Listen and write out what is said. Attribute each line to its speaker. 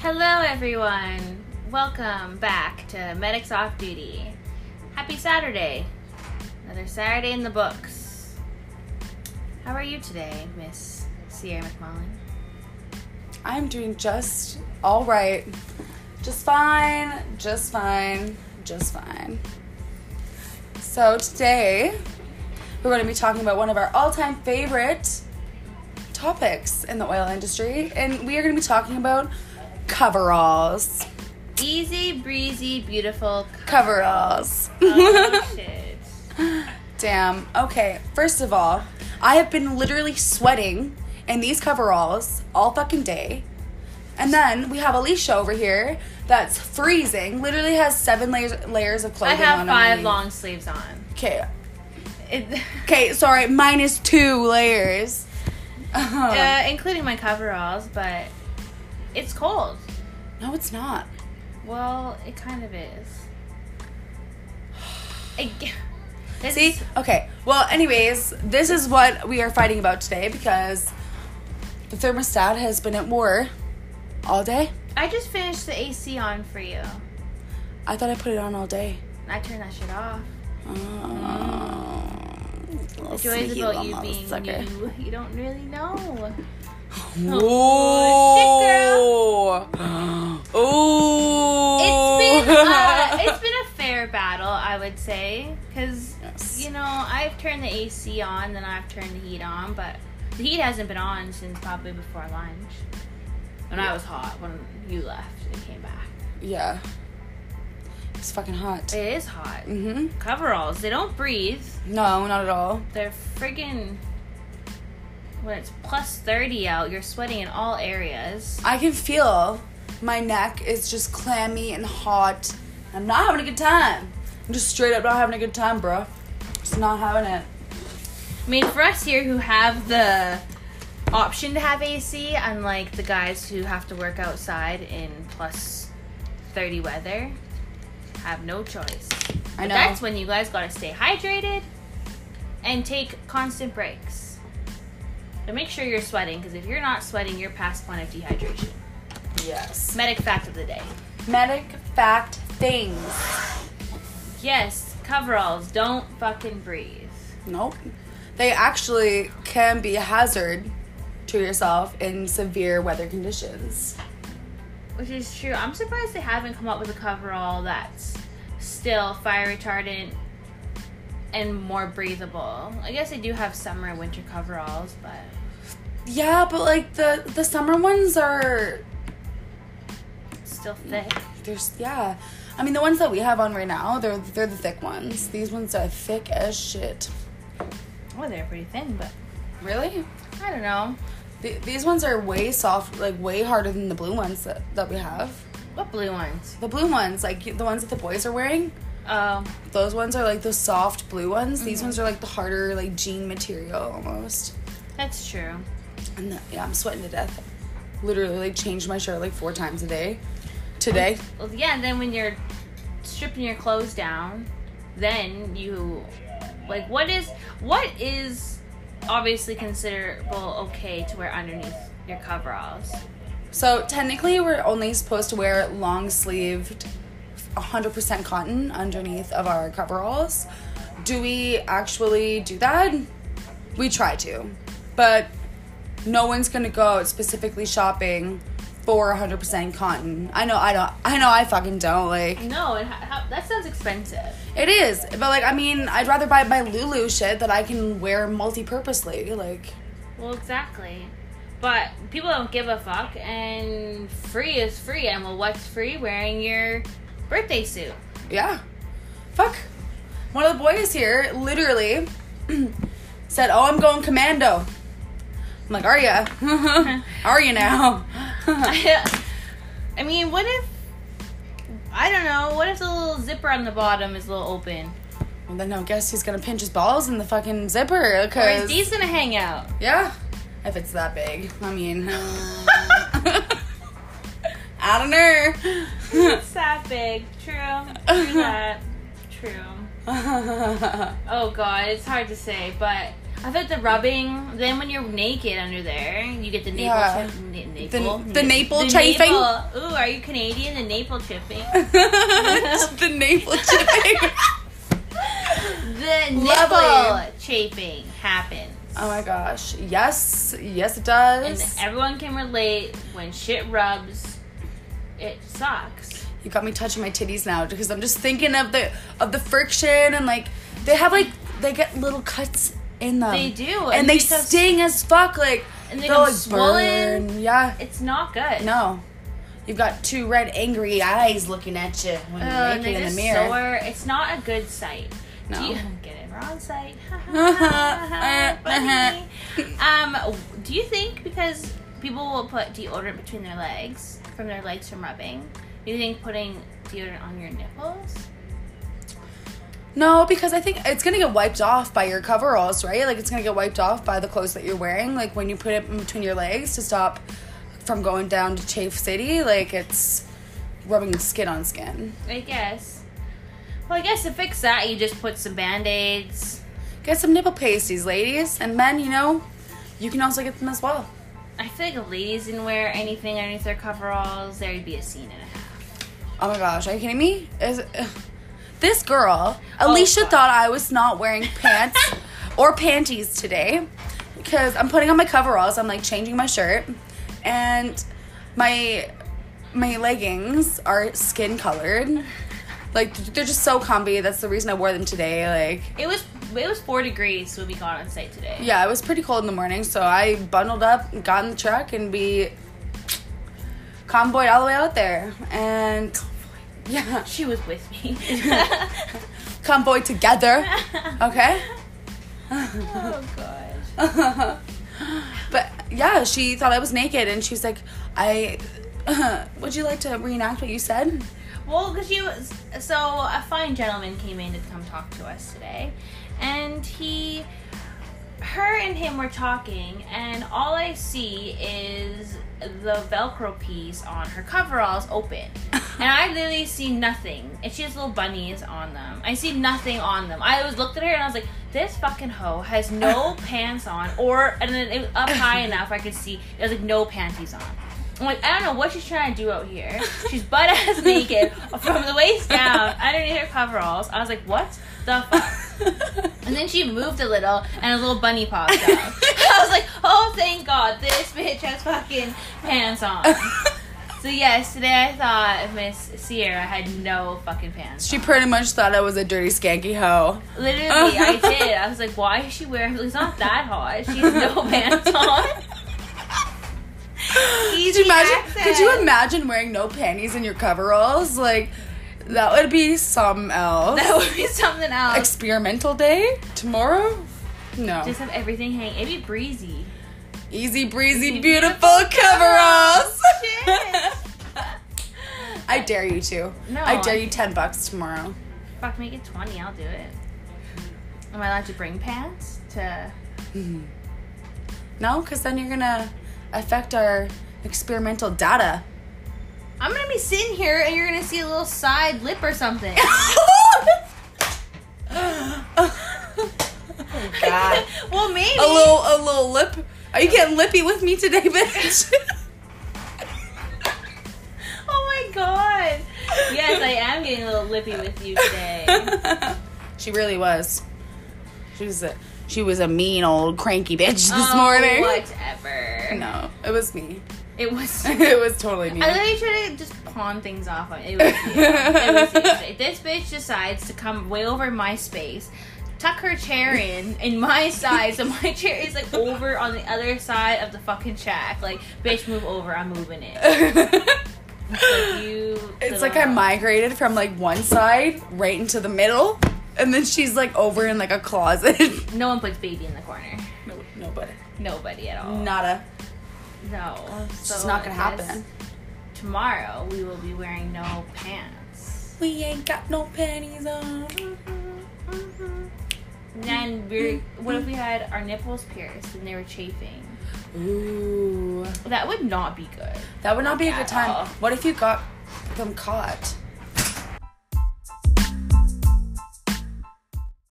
Speaker 1: Hello, everyone. Welcome back to Medics Off Duty. Happy Saturday. Another Saturday in the books. How are you today, Miss Sierra McMullen?
Speaker 2: I'm doing just all right. Just fine, just fine, just fine. So today, we're going to be talking about one of our all-time favorite topics in the oil industry, and we are going to be talking about coveralls.
Speaker 1: Easy, breezy, beautiful.
Speaker 2: Coveralls.
Speaker 1: Oh, shit.
Speaker 2: Damn. Okay. First of all, I have been literally sweating in these coveralls all fucking day. And then we have Alicia over here that's freezing. Literally has seven layers layers of
Speaker 1: I
Speaker 2: clothing
Speaker 1: have
Speaker 2: on.
Speaker 1: five
Speaker 2: only.
Speaker 1: long sleeves on.
Speaker 2: Okay.
Speaker 1: It,
Speaker 2: Okay, sorry, minus two layers. Uh-huh.
Speaker 1: uh, including my coveralls, but it's cold.
Speaker 2: no, it's not.
Speaker 1: Well, it kind of is. It, it's,
Speaker 2: See? Okay. Well, anyways, this is what we are fighting about today because the thermostat has been at war all day.
Speaker 1: I just finished the AC on for you.
Speaker 2: I thought I put it on all day.
Speaker 1: I turned that shit off.
Speaker 2: Oh, little
Speaker 1: Joy's
Speaker 2: sneaky
Speaker 1: about
Speaker 2: little
Speaker 1: you being
Speaker 2: motherfucker.
Speaker 1: new. You don't really know.
Speaker 2: Whoa. Oh.
Speaker 1: It's been uh, it's been a fair battle, I would say, because
Speaker 2: Yes.
Speaker 1: you know I've turned the AC on, then I've turned the heat on, but the heat hasn't been on since probably before lunch. When I was hot, when you left and came back,
Speaker 2: yeah. It's fucking hot.
Speaker 1: it is hot.
Speaker 2: Mm-hmm.
Speaker 1: Coveralls, they don't breathe.
Speaker 2: No, not at all.
Speaker 1: They're friggin' when it's plus thirty out, you're sweating in all areas.
Speaker 2: I can feel my neck is just clammy and hot. I'm not having a good time. I'm just straight up not having a good time, bro. Just not having it.
Speaker 1: I mean, for us here who have the option to have AC, unlike the guys who have to work outside in plus 30 weather, have no choice.
Speaker 2: I
Speaker 1: But
Speaker 2: know.
Speaker 1: That's when you guys gotta stay hydrated and take constant breaks. And make sure you're sweating, because if you're not sweating, you're past point of dehydration.
Speaker 2: yes.
Speaker 1: Medic fact of the day.
Speaker 2: Medic fact things.
Speaker 1: Yes, coveralls don't fucking breathe.
Speaker 2: Nope. They actually can be a hazard to yourself in severe weather conditions.
Speaker 1: Which is true. I'm surprised they haven't come up with a coverall that's still fire retardant and more breathable. I guess they do have summer and winter coveralls, but
Speaker 2: Yeah, but like the the summer ones are
Speaker 1: it's still thick.
Speaker 2: there's yeah. I mean the ones that we have on right now, they're they're the thick ones. These ones are thick as shit.
Speaker 1: Oh, they're pretty thin, but
Speaker 2: Really?
Speaker 1: I don't know.
Speaker 2: Th- these ones are way soft, like way harder than the blue ones that, that we have.
Speaker 1: What blue ones?
Speaker 2: The blue ones, like the ones that the boys are wearing,
Speaker 1: Um,
Speaker 2: those ones are like the soft blue ones. These ones are like the harder, like jean material almost.
Speaker 1: that's true.
Speaker 2: And the, yeah, I'm sweating to death. Literally, like, changed my shirt like four times a day. Today,
Speaker 1: Well, yeah, and then when you're stripping your clothes down, then you like what is what is obviously considerable okay to wear underneath your coveralls.
Speaker 2: so technically, we're only supposed to wear long sleeved, 100% cotton underneath of our coveralls. Do we actually do that? We try to, but no one's gonna go out specifically shopping for 100% cotton. I know I don't. I know I fucking don't like.
Speaker 1: No, and how, how, that sounds expensive.
Speaker 2: It is, but like I mean, I'd rather buy my Lulu shit that I can wear multi-purposely. Like,
Speaker 1: Well, exactly. But people don't give a fuck, and free is free. And well, what's free? Wearing your birthday suit.
Speaker 2: yeah, fuck. One of the boys here literally said, "Oh, I'm going commando." I'm like, "Are ya? Are you now?"
Speaker 1: I mean, what if? I don't know. What if the little zipper on the bottom is a little open?
Speaker 2: well, then I guess he's gonna pinch his balls in the fucking zipper.
Speaker 1: Or is
Speaker 2: Cause
Speaker 1: these gonna hang out?
Speaker 2: yeah, if it's that big, I mean, I don't know.
Speaker 1: It's that big. True. True that. True. Oh God, it's hard to say, but I bet the rubbing. Then when you're naked under there, you get the naple.
Speaker 2: Yeah.
Speaker 1: Chip, na-
Speaker 2: The-
Speaker 1: naple.
Speaker 2: the naple chafing?
Speaker 1: naple- Ooh, are you Canadian? The naple chipping.
Speaker 2: the navel chipping.
Speaker 1: The nipple
Speaker 2: Lovely.
Speaker 1: chafing happens.
Speaker 2: oh my gosh. Yes. Yes, it does.
Speaker 1: And everyone can relate when shit rubs, it sucks.
Speaker 2: You got me touching my titties now because I'm just thinking of the of the friction and like they have like they get little cuts in them.
Speaker 1: They do,
Speaker 2: Um, and,
Speaker 1: and
Speaker 2: they
Speaker 1: they become-
Speaker 2: sting as fuck. Like
Speaker 1: And they
Speaker 2: they'll,
Speaker 1: become swollen.
Speaker 2: burn. Yeah,
Speaker 1: It's not good.
Speaker 2: no, you've got two red angry eyes looking at you when
Speaker 1: Oh,
Speaker 2: you're
Speaker 1: and
Speaker 2: naked
Speaker 1: they're
Speaker 2: in the
Speaker 1: just
Speaker 2: mirror.
Speaker 1: sore. It's not a good sight.
Speaker 2: No. Uh,
Speaker 1: Do you get it wrong sight?
Speaker 2: Uh-huh.
Speaker 1: Funny.
Speaker 2: uh.
Speaker 1: um, do you think because people will put deodorant between their legs from their legs from rubbing, do you think putting deodorant on your nipples?
Speaker 2: No, because I think it's gonna get wiped off by your coveralls, right? Like it's gonna get wiped off by the clothes that you're wearing. Like when you put it in between your legs to stop from going down to Chafe City, like it's rubbing skin on skin.
Speaker 1: I guess. Well, I guess to fix that, you just put some band aids.
Speaker 2: Get some nipple pasties, ladies. And men, you know, you can also get them as well.
Speaker 1: I feel like if ladies didn't wear anything underneath their coveralls, there'd be a scene and a half.
Speaker 2: Oh my gosh, are you kidding me? Is this girl,
Speaker 1: Oh,
Speaker 2: Alicia
Speaker 1: fuck.
Speaker 2: thought I was not wearing pants or panties today because I'm putting on my coveralls, I'm like changing my shirt, and my my leggings are skin colored. Like they're just so comfy. That's the reason I wore them today. Like
Speaker 1: It was it was four degrees when we got on site today.
Speaker 2: Yeah, it was pretty cold in the morning, so I bundled up, got in the truck, and we convoyed all the way out there. And yeah,
Speaker 1: She was with me.
Speaker 2: convoy together, okay?
Speaker 1: oh gosh.
Speaker 2: But yeah, she thought I was naked, and she was like, "I would you like to reenact what you said?"
Speaker 1: Well, because you, so a fine gentleman came in to come talk to us today, and he, her and him were talking, and all I see is the Velcro piece on her coveralls open, and I literally see nothing. And she has little bunnies on them. I see nothing on them. I was looked at her and I was like, this fucking hoe has no pants on, or and then it was up high enough I could see it was like no panties on. I'm like, I don't know what she's trying to do out here. She's butt ass naked from the waist down underneath her coveralls. I was like, what the fuck? And then she moved a little, and a little bunny popped out. I was like, oh, thank God, this bitch has fucking pants on. So yes, today I thought Miss Sierra had no fucking pants.
Speaker 2: she pretty much thought I was a dirty skanky hoe.
Speaker 1: Literally, I did. I was like, why is she wearing? It's not that hot. She has no pants on.
Speaker 2: Could you
Speaker 1: Easy
Speaker 2: imagine? Could you
Speaker 1: access.
Speaker 2: imagine wearing no panties in your coveralls? Like that would be some else.
Speaker 1: That would be something else.
Speaker 2: experimental day tomorrow. No,
Speaker 1: Just have everything hang. It'd be breezy.
Speaker 2: easy breezy,
Speaker 1: Easy,
Speaker 2: beautiful, coveralls.
Speaker 1: Shit.
Speaker 2: I dare you to.
Speaker 1: No,
Speaker 2: I dare
Speaker 1: I-
Speaker 2: you ten bucks tomorrow.
Speaker 1: Fuck, make it 20, I'll do it. Am I allowed to bring pants to.
Speaker 2: No, because then you're gonna affect our experimental data.
Speaker 1: I'm gonna be sitting here and you're gonna see a little side lip or something.
Speaker 2: oh God.
Speaker 1: well, maybe.
Speaker 2: a little, a little lip. Are you getting lippy with me today, bitch?
Speaker 1: Oh my god. Yes, I am getting a little lippy with you today.
Speaker 2: she really was. She was a she was a mean old cranky bitch this
Speaker 1: Oh,
Speaker 2: morning.
Speaker 1: Whatever.
Speaker 2: No, it was me.
Speaker 1: It was. I
Speaker 2: it was totally me.
Speaker 1: literally try to just pawn things off on it. was you. It was you. If this bitch decides to come way over my space, tuck her chair in in my side, so my chair is like over on the other side of the fucking shack. Like, bitch, move over. I'm moving it. Like, you.
Speaker 2: it's
Speaker 1: little-
Speaker 2: like I migrated from like one side right into the middle, and then she's like over in like a closet.
Speaker 1: No one puts baby in the corner.
Speaker 2: no, nobody.
Speaker 1: Nobody at all.
Speaker 2: Nada.
Speaker 1: No.
Speaker 2: It's just not gonna
Speaker 1: I guess
Speaker 2: happen.
Speaker 1: Tomorrow we will be wearing no pants.
Speaker 2: We ain't got no panties on. Mm-hmm.
Speaker 1: And we're, what if we had our nipples pierced and they were chafing?
Speaker 2: Ooh,
Speaker 1: That would not be good.
Speaker 2: that would not be a
Speaker 1: At
Speaker 2: good time.
Speaker 1: all.
Speaker 2: What if you got them caught?